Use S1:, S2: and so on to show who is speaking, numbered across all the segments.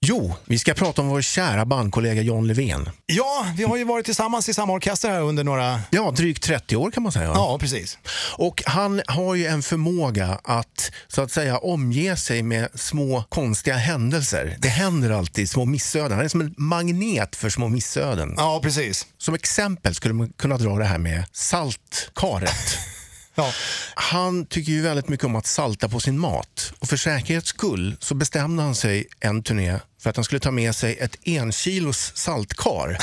S1: Jo, vi ska prata om vår kära bandkollega John Levén.
S2: Ja, vi har ju varit tillsammans i samma orkester här under några...
S1: Ja, drygt 30 år kan man säga. va?
S2: Ja, precis.
S1: Och han har ju en förmåga att så att säga omge sig med små konstiga händelser. Det händer alltid små missöden. Han är som en magnet för små missöden.
S2: Ja, precis.
S1: Som exempel skulle man kunna dra det här med saltkaret.
S2: Ja.
S1: Han tycker ju väldigt mycket om att salta på sin mat. Och för säkerhets skull så bestämde han sig en turné för att han skulle ta med sig ett enkilos saltkar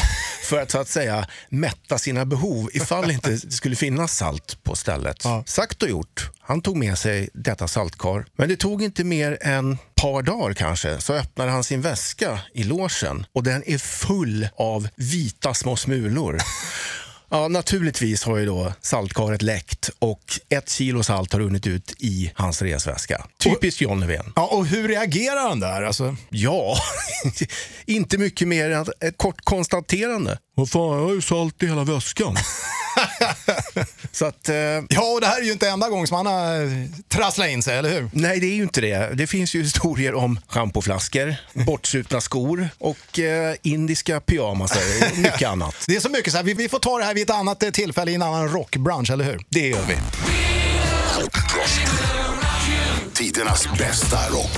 S1: för att så att säga mätta sina behov ifall det inte skulle finnas salt på stället. Sagt och gjort, han tog med sig detta saltkar. Men det tog inte mer än par dagar kanske så öppnade han sin väska i logen och den är full av vita små smulor. Ja, naturligtvis har ju då saltkaret läckt och ett kilo salt har runnit ut i hans resväska. Typiskt John Löfven.
S2: ja, och hur reagerar han där? Alltså,
S1: Ja, inte mycket mer än att- ett kort konstaterande. Vad fan, jag har ju salt i hela väskan. Så att, eh,
S2: ja, och det här är ju inte enda gången som han har eh, trasslat in sig, eller hur?
S1: nej det är ju inte det. Det finns ju historier om schampoflaskor, bortsupna skor och eh, indiska pyjamasar och mycket annat.
S2: Det är så mycket så här, vi, vi får ta det här vid ett annat eh, tillfälle i en annan rockbransch, eller hur?
S1: Det gör vi.
S3: Tidernas bästa rock.